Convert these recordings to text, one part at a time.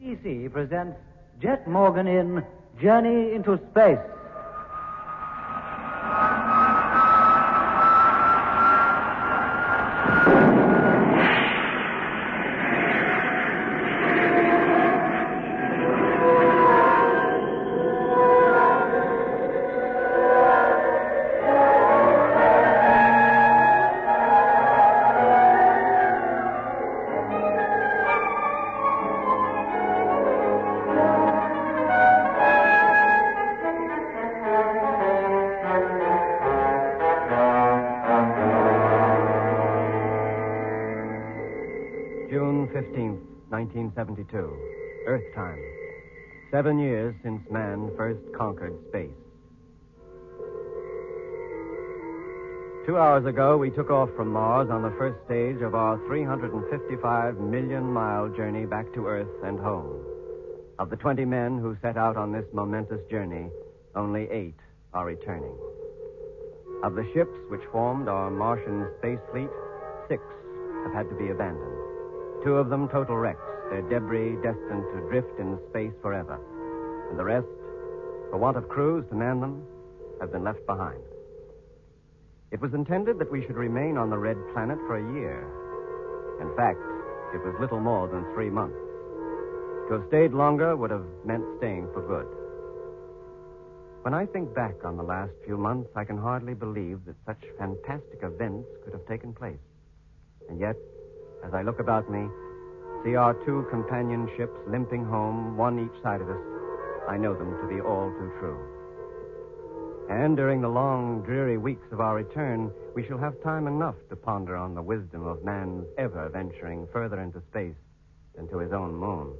BBC presents Jet Morgan in Journey into Space. June 15th, 1972. Earth time. Seven years since man first conquered space. Two hours ago, we took off from Mars on the first stage of our 355 million mile journey back to Earth and home. Of the 20 men who set out on this momentous journey, only eight are returning. Of the ships which formed our Martian space fleet, six have had to be abandoned. Two of them total wrecks, their debris destined to drift in space forever. And the rest, for want of crews to man them, have been left behind. It was intended that we should remain on the red planet for a year. In fact, it was little more than three months. To have stayed longer would have meant staying for good. When I think back on the last few months, I can hardly believe that such fantastic events could have taken place. And yet, as I look about me, see our two companion ships limping home, one each side of us, I know them to be all too true. And during the long, dreary weeks of our return, we shall have time enough to ponder on the wisdom of man's ever venturing further into space than to his own moon.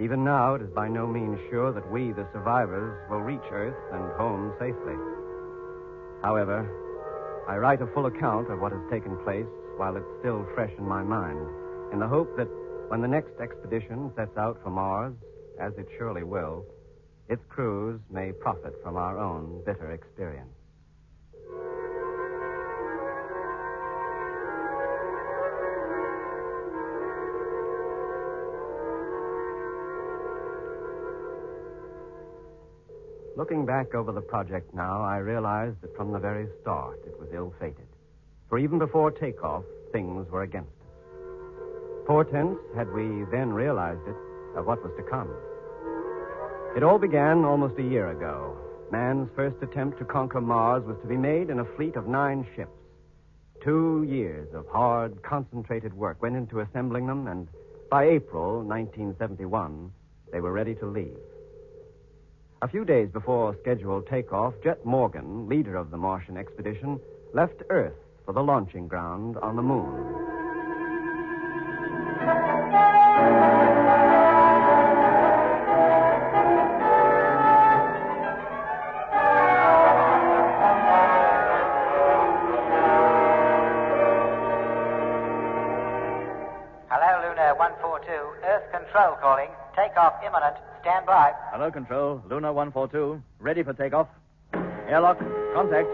Even now, it is by no means sure that we, the survivors, will reach Earth and home safely. However, I write a full account of what has taken place while it's still fresh in my mind, in the hope that when the next expedition sets out for Mars, as it surely will, its crews may profit from our own bitter experience. Looking back over the project now, I realize that from the very start it was ill fated. For even before takeoff, things were against us. Portents, had we then realized it, of what was to come. It all began almost a year ago. Man's first attempt to conquer Mars was to be made in a fleet of nine ships. Two years of hard, concentrated work went into assembling them, and by April 1971, they were ready to leave. A few days before scheduled takeoff, Jet Morgan, leader of the Martian expedition, left Earth for the launching ground on the moon. Hello, Luna 142. Earth Control calling. Takeoff imminent. Stand by. Hello, Control. Luna 142. Ready for takeoff. Airlock. Contact.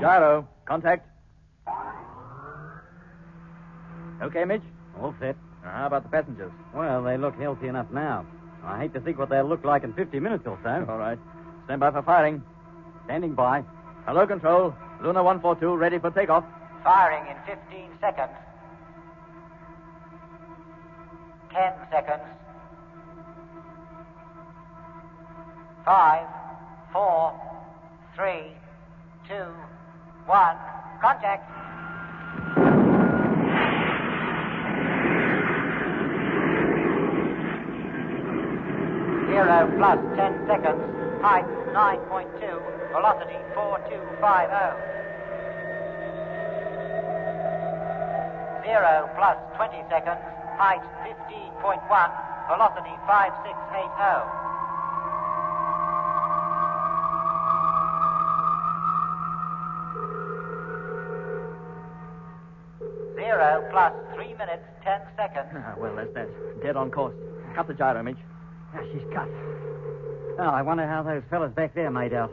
Gyro. Contact. Okay, Mitch? All set. Now, How about the passengers? Well, they look healthy enough now. I hate to think what they'll look like in 50 minutes or so. All right. Stand by for firing. Standing by. Hello, Control. Luna 142. Ready for takeoff. Firing in 15 seconds. 10 seconds. 5, 4, 3, 2, 1. Contact. Zero plus 10 seconds. Height 9.2. Velocity 4250. Zero plus 20 seconds. Height 15.1. Velocity oh. 5680. Zero plus 3 minutes 10 seconds. Ah, well, that's that. Dead on course. Cut the gyro, Mitch. Yeah, Ah, she's cut. Oh, I wonder how those fellas back there made out.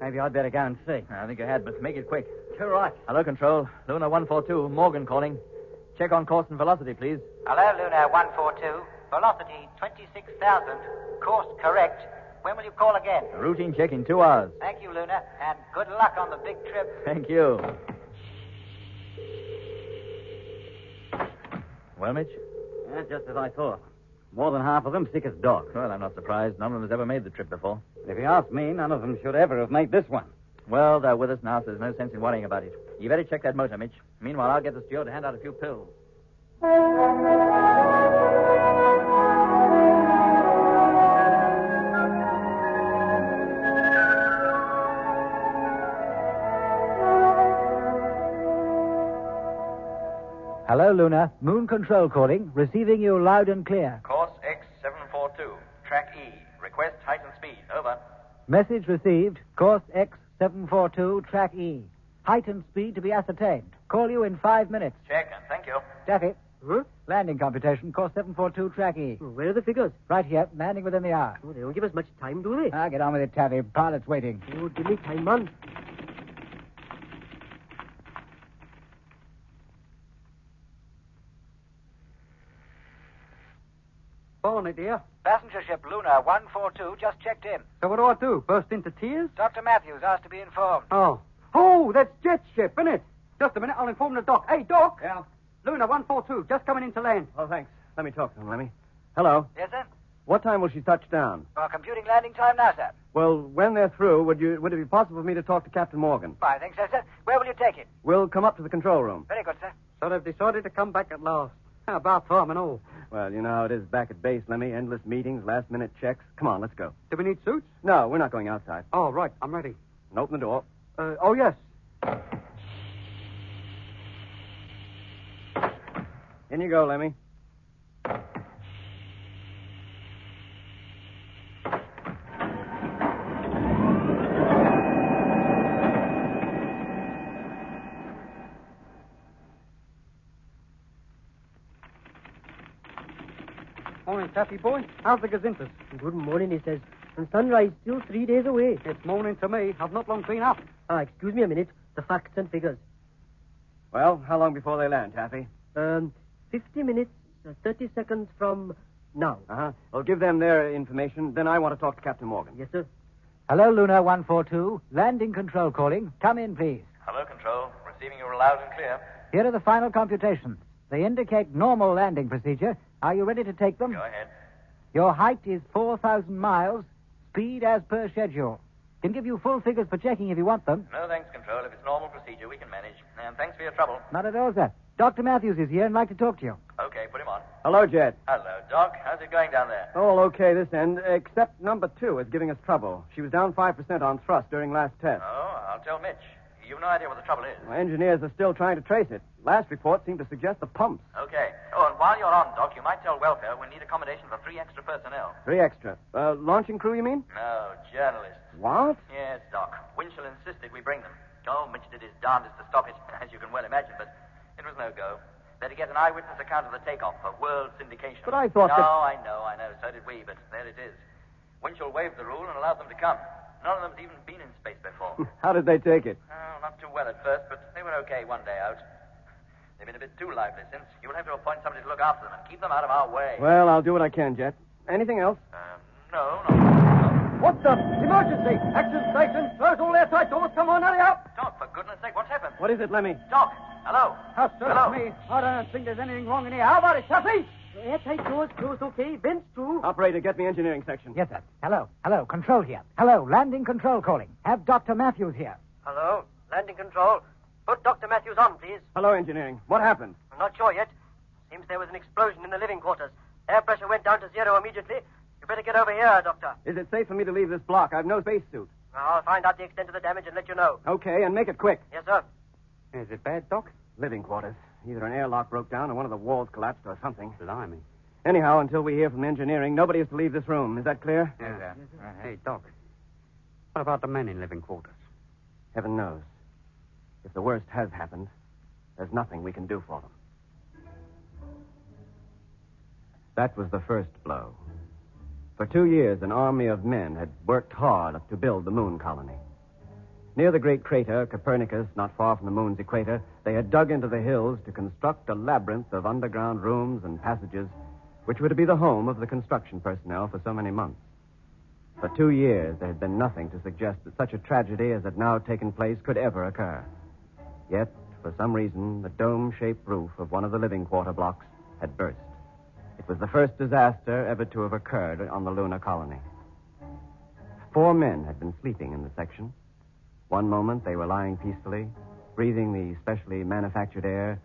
Maybe I'd better go and see. I think I had, but make it quick. to right. Hello, Control. Luna 142, Morgan calling. Check on course and velocity, please. Hello, Luna 142. Velocity 26,000. Course correct. When will you call again? Routine check in two hours. Thank you, Luna, and good luck on the big trip. Thank you. Well, Mitch? That's just as I thought. More than half of them sick as dogs. Well, I'm not surprised. None of them has ever made the trip before. And if you ask me, none of them should ever have made this one. Well, they're with us now, so there's no sense in worrying about it. You better check that motor, Mitch. Meanwhile, I'll get the steward to hand out a few pills. Hello, Luna. Moon Control calling. Receiving you loud and clear. Course X742, track E. Request height and speed. Over. Message received. Course X742, track E. Height and speed to be ascertained. Call you in five minutes. Check and thank you. Daffy. Landing computation, course 742, track E. Where are the figures? Right here, landing within the hour. Oh, they don't give us much time, do they? Ah, get on with it, Taffy. Pilot's waiting. Oh, give me time, man. Bonnie, dear. Passenger ship Luna 142 just checked in. So what do I do? Burst into tears? Dr. Matthews asked to be informed. Oh. Oh, that's jet ship, isn't it? Just a minute, I'll inform the doc. Hey, doc. Yeah. Luna 142, just coming in to land. Oh, thanks. Let me talk to him, Lemmy. Hello. Yes, sir? What time will she touch down? Well, computing landing time now, sir. Well, when they're through, would you would it be possible for me to talk to Captain Morgan? Fine, thanks, sir, sir. Where will you take it? We'll come up to the control room. Very good, sir. So they've decided to come back at last. About time and all. Well, you know how it is back at base, Lemmy. Endless meetings, last minute checks. Come on, let's go. Do we need suits? No, we're not going outside. Oh, right. I'm ready. And open the door. Uh, oh, yes. In you go, Lemmy. Morning, Taffy boy. How's the gazintas? Good morning, he says. And sunrise still three days away. It's morning to me. I've not long been up. Ah, excuse me a minute. The facts and figures. Well, how long before they land, Taffy? Um, 50 minutes, uh, 30 seconds from now. Uh huh. Well, give them their information. Then I want to talk to Captain Morgan. Yes, sir. Hello, Luna 142. Landing control calling. Come in, please. Hello, Control. Receiving you loud and clear. Here are the final computations. They indicate normal landing procedure. Are you ready to take them? Go ahead. Your height is 4,000 miles, speed as per schedule. Can give you full figures for checking if you want them. No thanks, Control. If it's normal procedure, we can manage. And thanks for your trouble. Not at all, sir. Dr. Matthews is here and like to talk to you. Okay, put him on. Hello, Jet. Hello, Doc. How's it going down there? All okay this end, except number two is giving us trouble. She was down 5% on thrust during last test. Oh, I'll tell Mitch. You've no idea what the trouble is. Our engineers are still trying to trace it. Last report seemed to suggest the pumps. Okay. Oh, and while you're on, Doc, you might tell Welfare we need accommodation for three extra personnel. Three extra. Uh, launching crew, you mean? No, journalists. What? Yes, Doc. Winchell insisted we bring them. Oh, Mitch did his darndest to stop it, as you can well imagine, but it was no go. They're to get an eyewitness account of the takeoff for world syndication. But I thought No, that- I know, I know. So did we, but there it is. Winchell waived the rule and allowed them to come. None of them's even been in space before. How did they take it? oh, not too well at first, but they were okay one day out. They've been a bit too lively since. You'll have to appoint somebody to look after them and keep them out of our way. Well, I'll do what I can, Jet. Anything else? Um, no, no. What the? Emergency! Action station! Close all air tight doors! Come on, hurry up! Doc, for goodness sake, what's happened? What is it, Lemmy? Doc, hello. How sir, Hello. I don't think there's anything wrong in here. How about it, Tuffy? Airtight doors closed okay. Vents too. Operator, get me engineering section. Yes, sir. Hello. Hello. Control here. Hello. Landing control calling. Have Dr. Matthews here. Hello. Landing control. Put Dr. Matthews on, please. Hello, engineering. What happened? I'm not sure yet. Seems there was an explosion in the living quarters. Air pressure went down to zero immediately. You better get over here, Doctor. Is it safe for me to leave this block? I've no spacesuit. I'll find out the extent of the damage and let you know. Okay, and make it quick. Yes, sir. Is it bad, Doc? Living quarters. Either an airlock broke down or one of the walls collapsed or something. Blimey. Anyhow, until we hear from engineering, nobody is to leave this room. Is that clear? Yeah. Ah. Hey, Doc. What about the men in living quarters? Heaven knows. If the worst has happened, there's nothing we can do for them. That was the first blow. For two years, an army of men had worked hard to build the moon colony. Near the great crater, Copernicus, not far from the moon's equator, they had dug into the hills to construct a labyrinth of underground rooms and passages, which were to be the home of the construction personnel for so many months. For two years, there had been nothing to suggest that such a tragedy as had now taken place could ever occur. Yet, for some reason, the dome shaped roof of one of the living quarter blocks had burst. It was the first disaster ever to have occurred on the lunar colony. Four men had been sleeping in the section. One moment they were lying peacefully, breathing the specially manufactured air.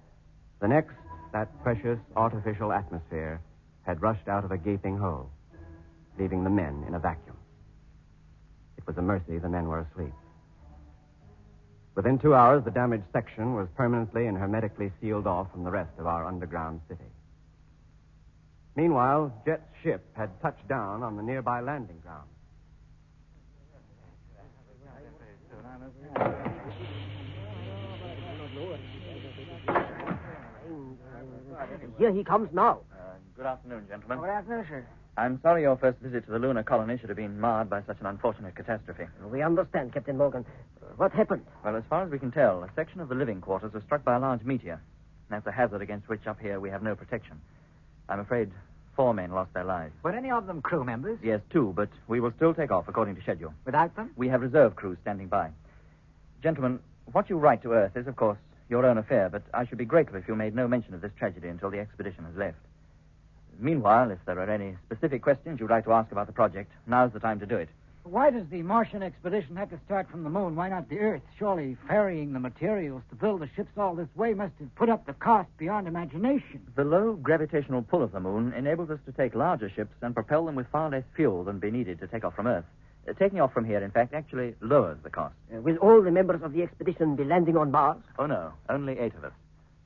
The next, that precious artificial atmosphere had rushed out of a gaping hole, leaving the men in a vacuum. It was a mercy the men were asleep. Within two hours, the damaged section was permanently and hermetically sealed off from the rest of our underground city. Meanwhile, Jet's ship had touched down on the nearby landing ground. Here he comes now. Uh, good afternoon, gentlemen. Good afternoon, sir. I'm sorry your first visit to the lunar colony should have been marred by such an unfortunate catastrophe. We understand, Captain Morgan. What happened? Well, as far as we can tell, a section of the living quarters was struck by a large meteor. That's a hazard against which up here we have no protection. I'm afraid four men lost their lives. Were any of them crew members? Yes, two, but we will still take off according to schedule. Without them? We have reserve crews standing by. Gentlemen, what you write to Earth is, of course, your own affair, but I should be grateful if you made no mention of this tragedy until the expedition has left. Meanwhile, if there are any specific questions you'd like to ask about the project, now's the time to do it. Why does the Martian expedition have to start from the moon? Why not the Earth? Surely ferrying the materials to build the ships all this way must have put up the cost beyond imagination. The low gravitational pull of the moon enables us to take larger ships and propel them with far less fuel than be needed to take off from Earth. Uh, taking off from here, in fact, actually lowers the cost. Uh, will all the members of the expedition be landing on Mars? Oh, no. Only eight of us.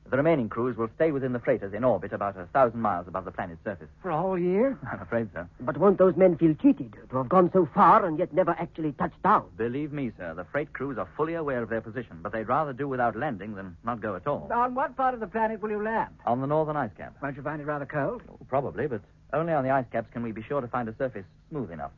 The remaining crews will stay within the freighters in orbit about a thousand miles above the planet's surface. For a whole year? I'm afraid so. But won't those men feel cheated to have gone so far and yet never actually touched down? Believe me, sir, the freight crews are fully aware of their position, but they'd rather do without landing than not go at all. On what part of the planet will you land? On the northern ice cap. Won't you find it rather cold? Oh, probably, but only on the ice caps can we be sure to find a surface smooth enough.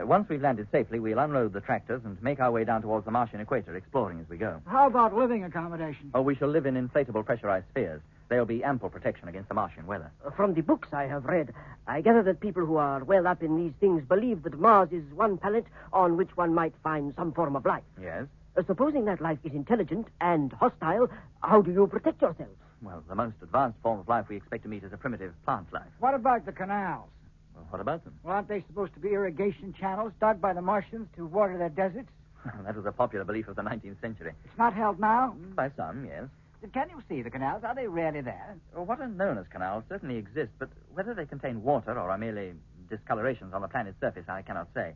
Uh, once we've landed safely, we'll unload the tractors and make our way down towards the Martian equator, exploring as we go. How about living accommodation? Oh, we shall live in inflatable pressurized spheres. There'll be ample protection against the Martian weather. Uh, From the books I have read, I gather that people who are well up in these things believe that Mars is one planet on which one might find some form of life. Yes? Uh, supposing that life is intelligent and hostile, how do you protect yourselves? Well, the most advanced form of life we expect to meet is a primitive plant life. What about the canals? Well, what about them? Well, aren't they supposed to be irrigation channels dug by the Martians to water their deserts? that was a popular belief of the 19th century. It's not held now. By some, yes. Can you see the canals? Are they really there? Well, What are known as canals certainly exist, but whether they contain water or are merely discolorations on the planet's surface, I cannot say.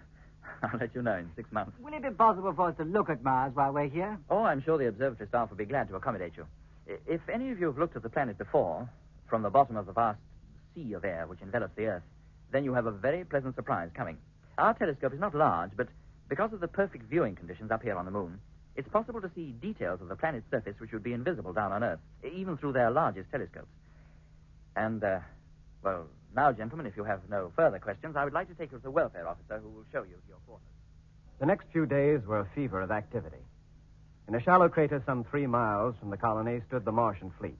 I'll let you know in six months. Will it be possible for us to look at Mars while we're here? Oh, I'm sure the observatory staff will be glad to accommodate you. I- If any of you have looked at the planet before, from the bottom of the vast sea of air which envelops the Earth, then you have a very pleasant surprise coming. Our telescope is not large, but because of the perfect viewing conditions up here on the moon, it's possible to see details of the planet's surface which would be invisible down on Earth, e- even through their largest telescopes. And, uh, well, now, gentlemen, if you have no further questions, I would like to take you to the welfare officer who will show you to your quarters. The next few days were a fever of activity. In a shallow crater some three miles from the colony stood the Martian fleet.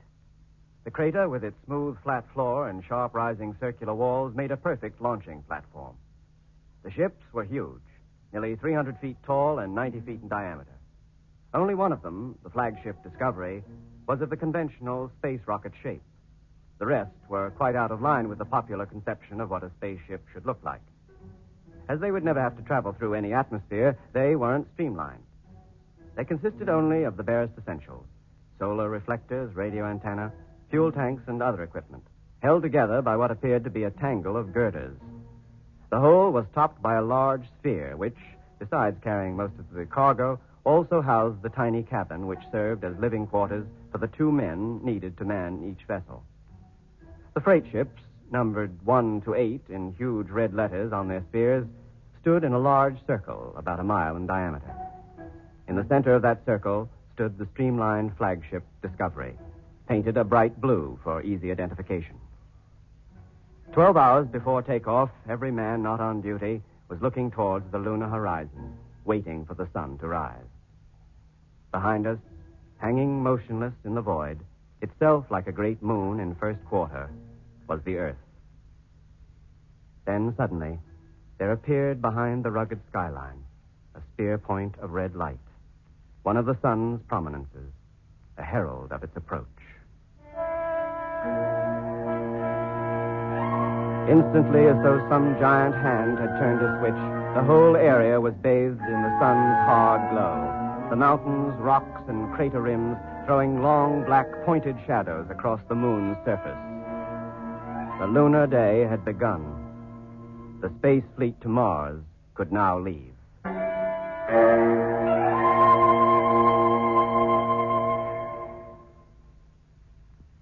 The crater, with its smooth, flat floor and sharp rising circular walls, made a perfect launching platform. The ships were huge, nearly 300 feet tall and 90 feet in diameter. Only one of them, the flagship Discovery, was of the conventional space rocket shape. The rest were quite out of line with the popular conception of what a spaceship should look like. As they would never have to travel through any atmosphere, they weren't streamlined. They consisted only of the barest essentials solar reflectors, radio antenna, fuel tanks, and other equipment, held together by what appeared to be a tangle of girders. The whole was topped by a large sphere, which, besides carrying most of the cargo, also housed the tiny cabin which served as living quarters for the two men needed to man each vessel. The freight ships, numbered one to eight in huge red letters on their spears, stood in a large circle about a mile in diameter. In the center of that circle stood the streamlined flagship Discovery, painted a bright blue for easy identification. Twelve hours before takeoff, every man not on duty was looking towards the lunar horizon, waiting for the sun to rise. Behind us, hanging motionless in the void, itself like a great moon in first quarter, was the earth. Then suddenly, there appeared behind the rugged skyline a spear point of red light, one of the sun's prominences, a herald of its approach. Instantly, as though some giant hand had turned a switch, the whole area was bathed in the sun's hard glow, the mountains, rocks, and crater rims throwing long, black, pointed shadows across the moon's surface. The lunar day had begun. The space fleet to Mars could now leave.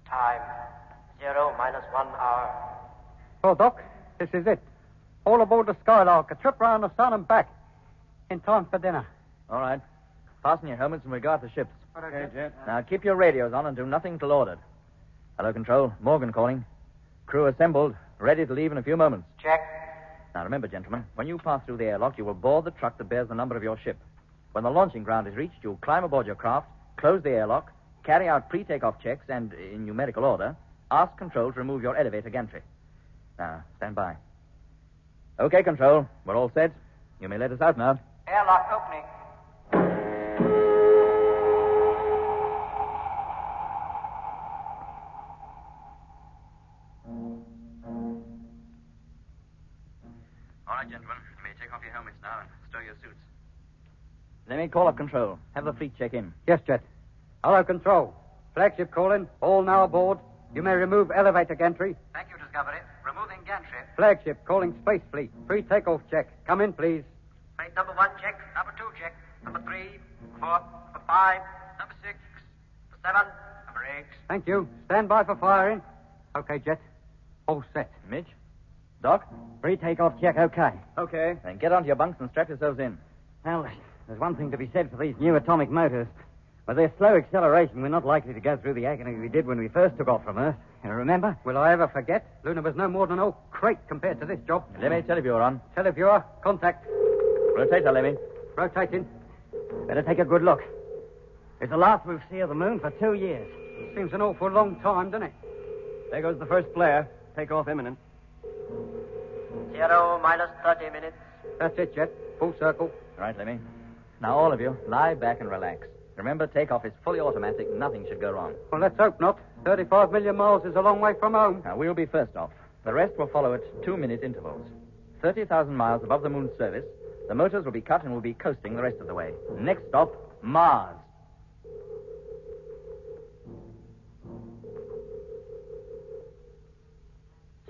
Time. Zero minus one hour. Well, Doc, this is it. All aboard the Skylark, a trip round the sun and back. In time for dinner. All right. Fasten your helmets and we guard the ships. Now keep your radios on and do nothing till ordered. Hello, Control. Morgan calling. Crew assembled, ready to leave in a few moments. Check. Now remember, gentlemen, when you pass through the airlock, you will board the truck that bears the number of your ship. When the launching ground is reached, you'll climb aboard your craft, close the airlock, carry out pre takeoff checks, and, in numerical order, ask Control to remove your elevator gantry. Now, stand by. Okay, Control. We're all set. You may let us out now. Airlock opening. All right, gentlemen. You may take off your helmets now and stow your suits. Let me call up Control. Have the fleet check in. Yes, Jet. Hello, Control. Flagship calling. All now aboard. You may remove elevator gantry. Thank you, Discovery. Removing gantry. Flagship calling Space Fleet. Free takeoff check. Come in, please. Plate number one check. Number two check. Number three. Four. Number five. Number six. Number seven. Number eight. Thank you. Stand by for firing. Okay, Jet. All set. Mitch? Doc? Free takeoff check, okay. Okay. Then get onto your bunks and strap yourselves in. Now, listen, there's one thing to be said for these new atomic motors. With their slow acceleration, we're not likely to go through the agony we did when we first took off from Earth. You remember? Will I ever forget? Luna was no more than an old crate compared to this job. Let me tell if you're on. Televiewer, contact. Rotator, Lemmy. Rotating. Better take a good look. It's the last we've seen of the moon for two years. Seems an awful long time, doesn't it? There goes the first flare. Takeoff imminent. Zero minus 30 minutes. That's it, Jet. Full circle. Right, Lemmy. Now, all of you, lie back and relax. Remember, takeoff is fully automatic. Nothing should go wrong. Well, let's hope not. 35 million miles is a long way from home. Now, we'll be first off. The rest will follow at two minute intervals. 30,000 miles above the moon's surface, the motors will be cut and will be coasting the rest of the way. Next stop, Mars.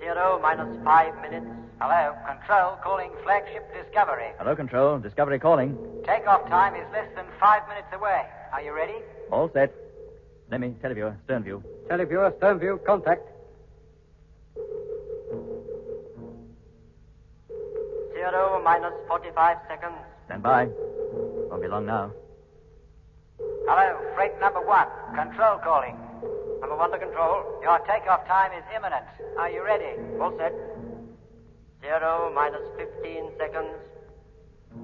Zero minus five minutes. Hello, Control calling Flagship Discovery. Hello, Control. Discovery calling. Takeoff time is less than five minutes away. Are you ready? All set. Lemmy, televiewer, stern view. Televiewer, stern view, contact. Zero minus 45 seconds. Stand by. Won't be long now. Hello, freight number one. Control calling. Number one to control. Your takeoff time is imminent. Are you ready? All set. Zero minus 15 seconds.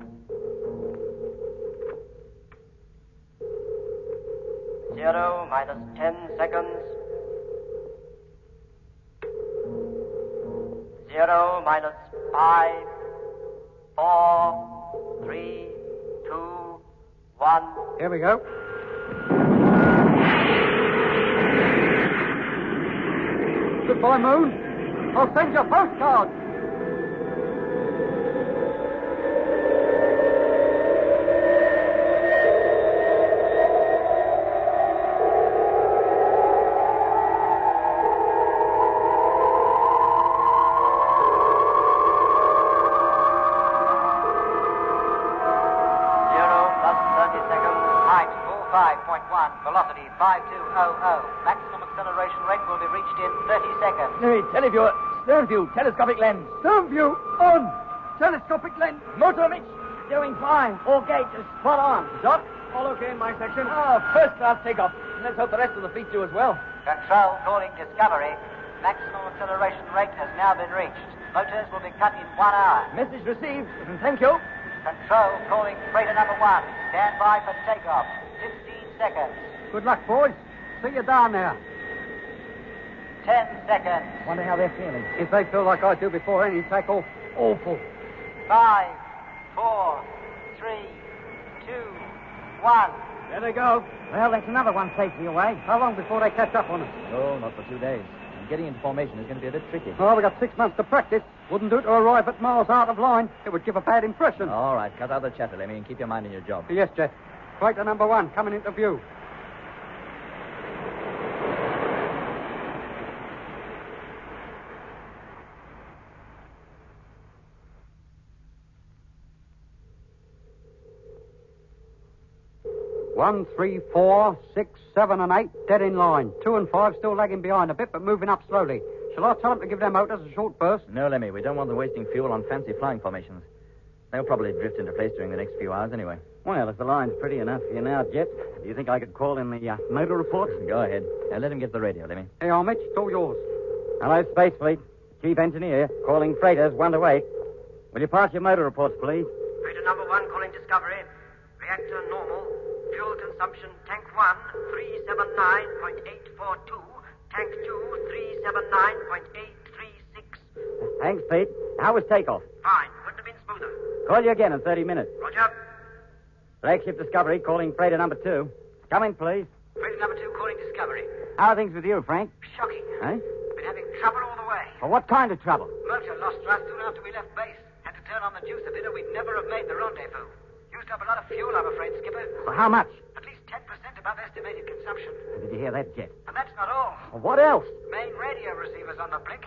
Zero minus 10 seconds. Zero minus five, four, three, two, one. Here we go. Goodbye, Moon. I'll send you a postcard. Zero plus 30 seconds. Height 45.1, velocity 5200. oh. Maximum acceleration rate will be reached in 30 seconds. Lemmy, televiewer, stern view, telescopic lens. Stern view on. Telescopic lens. Motor, Mitch. Doing fine. All gauges spot on. Doc? All okay in my section. Ah, first class takeoff. Let's hope the rest of the fleet do as well. Control calling Discovery. Maximum acceleration rate has now been reached. Motors will be cut in one hour. Message received. Thank you. Control calling freighter number one. Stand by for takeoff. 15 seconds. Good luck, boys. See you down there. 10 seconds. Wonder how they're feeling. If they feel like I do before any tackle, awful. Five, four, three, two, one. There they go. Well, that's another one safely away. How long before they catch up on us? No, not for two days. And getting into formation is going to be a bit tricky. Well, we got six months to practice. Wouldn't do to arrive at miles out of line. It would give a bad impression. All right, cut out the chatter, Lemmy, and keep your mind on your job. Yes, Jet. Freighter number one coming into view. One, three, four, six, seven, and eight dead in line. Two and five still lagging behind a bit, but moving up slowly. Shall I tell them to give their motors a short burst? No, Lemmy, we don't want them wasting fuel on fancy flying formations. They'll probably drift into place during the next few hours anyway. Well, if the line's pretty enough for you now, Jet, do you think I could call in the uh, motor report? Go ahead. Now, let him get the radio, Lemmy. Hey, Armich, it's all yours. Hello, Space Fleet. Chief Engineer calling freighters one to eight. Will you pass your motor reports, please? Freighter number one calling Discovery. Reactor normal. Fuel consumption tank one, 379.842. Tank two, 379.836. Thanks, Pete. How was takeoff? Fine. Couldn't have been smoother. Call you again in 30 minutes. Roger. Flagship Discovery calling freighter number two. Come in, please. Freighter number two calling Discovery. How are things with you, Frank? Shocking. Eh? Been having trouble all the way. Well, what kind of trouble? Motor lost thrust soon after we left base. Had to turn on the juice a bit or we'd never have made the rendezvous. Used up a lot of fuel, I'm afraid, Skipper. Well, how much? At least 10% above estimated consumption. Did you hear that, Jet? And that's not all. Well, what else? Main radio receivers on the blink.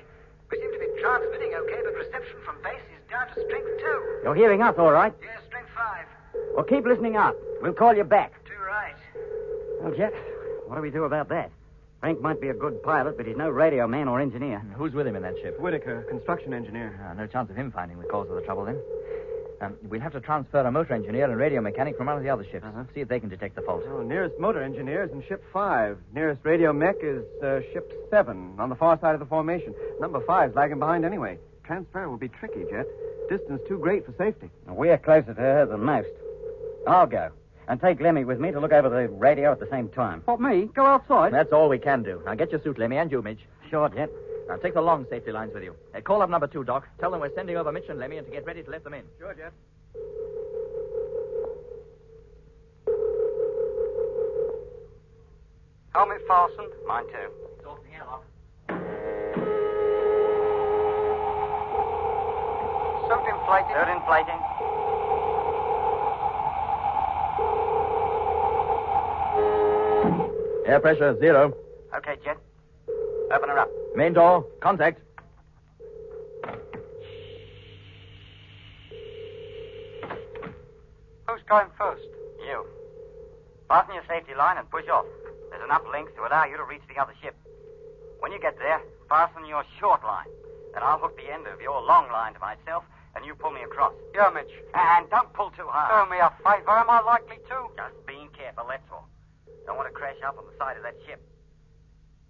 We seem to be transmitting okay, but reception from base is down to strength two. You're hearing us, all right. Yeah, strength five. Well, keep listening up. We'll call you back. Too right. Well, Jet, what do we do about that? Frank might be a good pilot, but he's no radio man or engineer. And Who's with him in that ship? Whitaker, construction engineer. Ah, no chance of him finding the cause of the trouble then. Um, we'll have to transfer a motor engineer and radio mechanic from one of the other ships. Uh-huh. See if they can detect the fault. Oh, nearest motor engineer is in ship five. Nearest radio mech is uh, ship seven on the far side of the formation. Number five's lagging behind anyway. Transfer will be tricky, Jet. Distance too great for safety. We're closer to her than most. I'll go. And take Lemmy with me to look over the radio at the same time. What, me? Go outside? That's all we can do. Now get your suit, Lemmy, and you, Midge. Sure, Jet. Now take the long safety lines with you. Uh, call up number two, Doc. Tell them we're sending over Mitch and Lemmy and to get ready to let them in. Sure, Jet. Helmet fastened. Mine too. Suit inflated. Third inflating. Air pressure zero. Okay, Jet. Open her up. Main door, contact. Who's going first? You. Fasten your safety line and push off. There's enough links to allow you to reach the other ship. When you get there, fasten your short line. Then I'll hook the end of your long line to myself, and you pull me across. Yeah, Mitch. And don't pull too hard. Oh, Do me a favor. Am I likely to? Just being careful, that's all. Don't want to crash up on the side of that ship.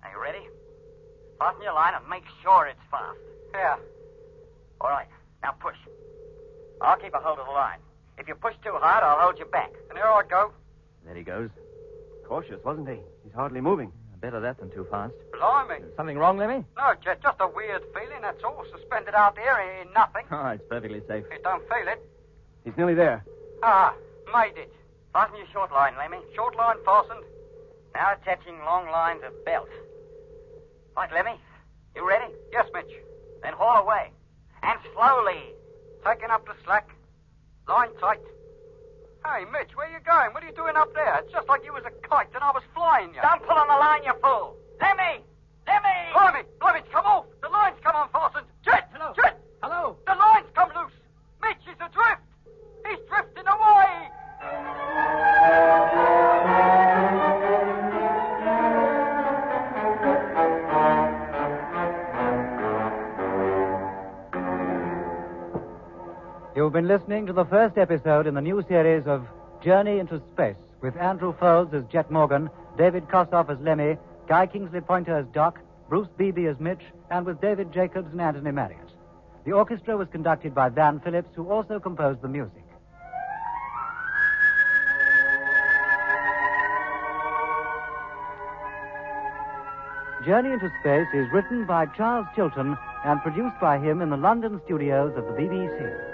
Are you ready? Fasten your line and make sure it's fast. Yeah. All right, now push. I'll keep a hold of the line. If you push too hard, I'll hold you back. And here I go. There he goes. Cautious, wasn't he? He's hardly moving. Better that than too fast. Blimey. Something wrong, Lemmy? No, Jet, just a weird feeling, that's all. Suspended out there in nothing. Oh, it's perfectly safe. You don't feel it. He's nearly there. Ah, made it. Fasten your short line, Lemmy. Short line fastened. Now attaching long lines of belt. Right, Lemmy. You ready? Yes, Mitch. Then haul away. And slowly. Taking up the slack. Line tight. Hey, Mitch, where you going? What are you doing up there? It's just like you was a kite and I was flying you. Don't pull on the line, you fool. Lemmy! Lemmy! Blimey, blimey, it's come off. The line's come unfastened. Jet! Hello. Jet! Hello. The line's come loose. Mitch is adrift. He's drifting away. You've been listening to the first episode in the new series of Journey into Space with Andrew Foulds as Jet Morgan, David Kossoff as Lemmy, Guy Kingsley Pointer as Doc, Bruce Beebe as Mitch, and with David Jacobs and Anthony Marriott. The orchestra was conducted by Dan Phillips, who also composed the music. Journey into Space is written by Charles Chilton and produced by him in the London studios of the BBC.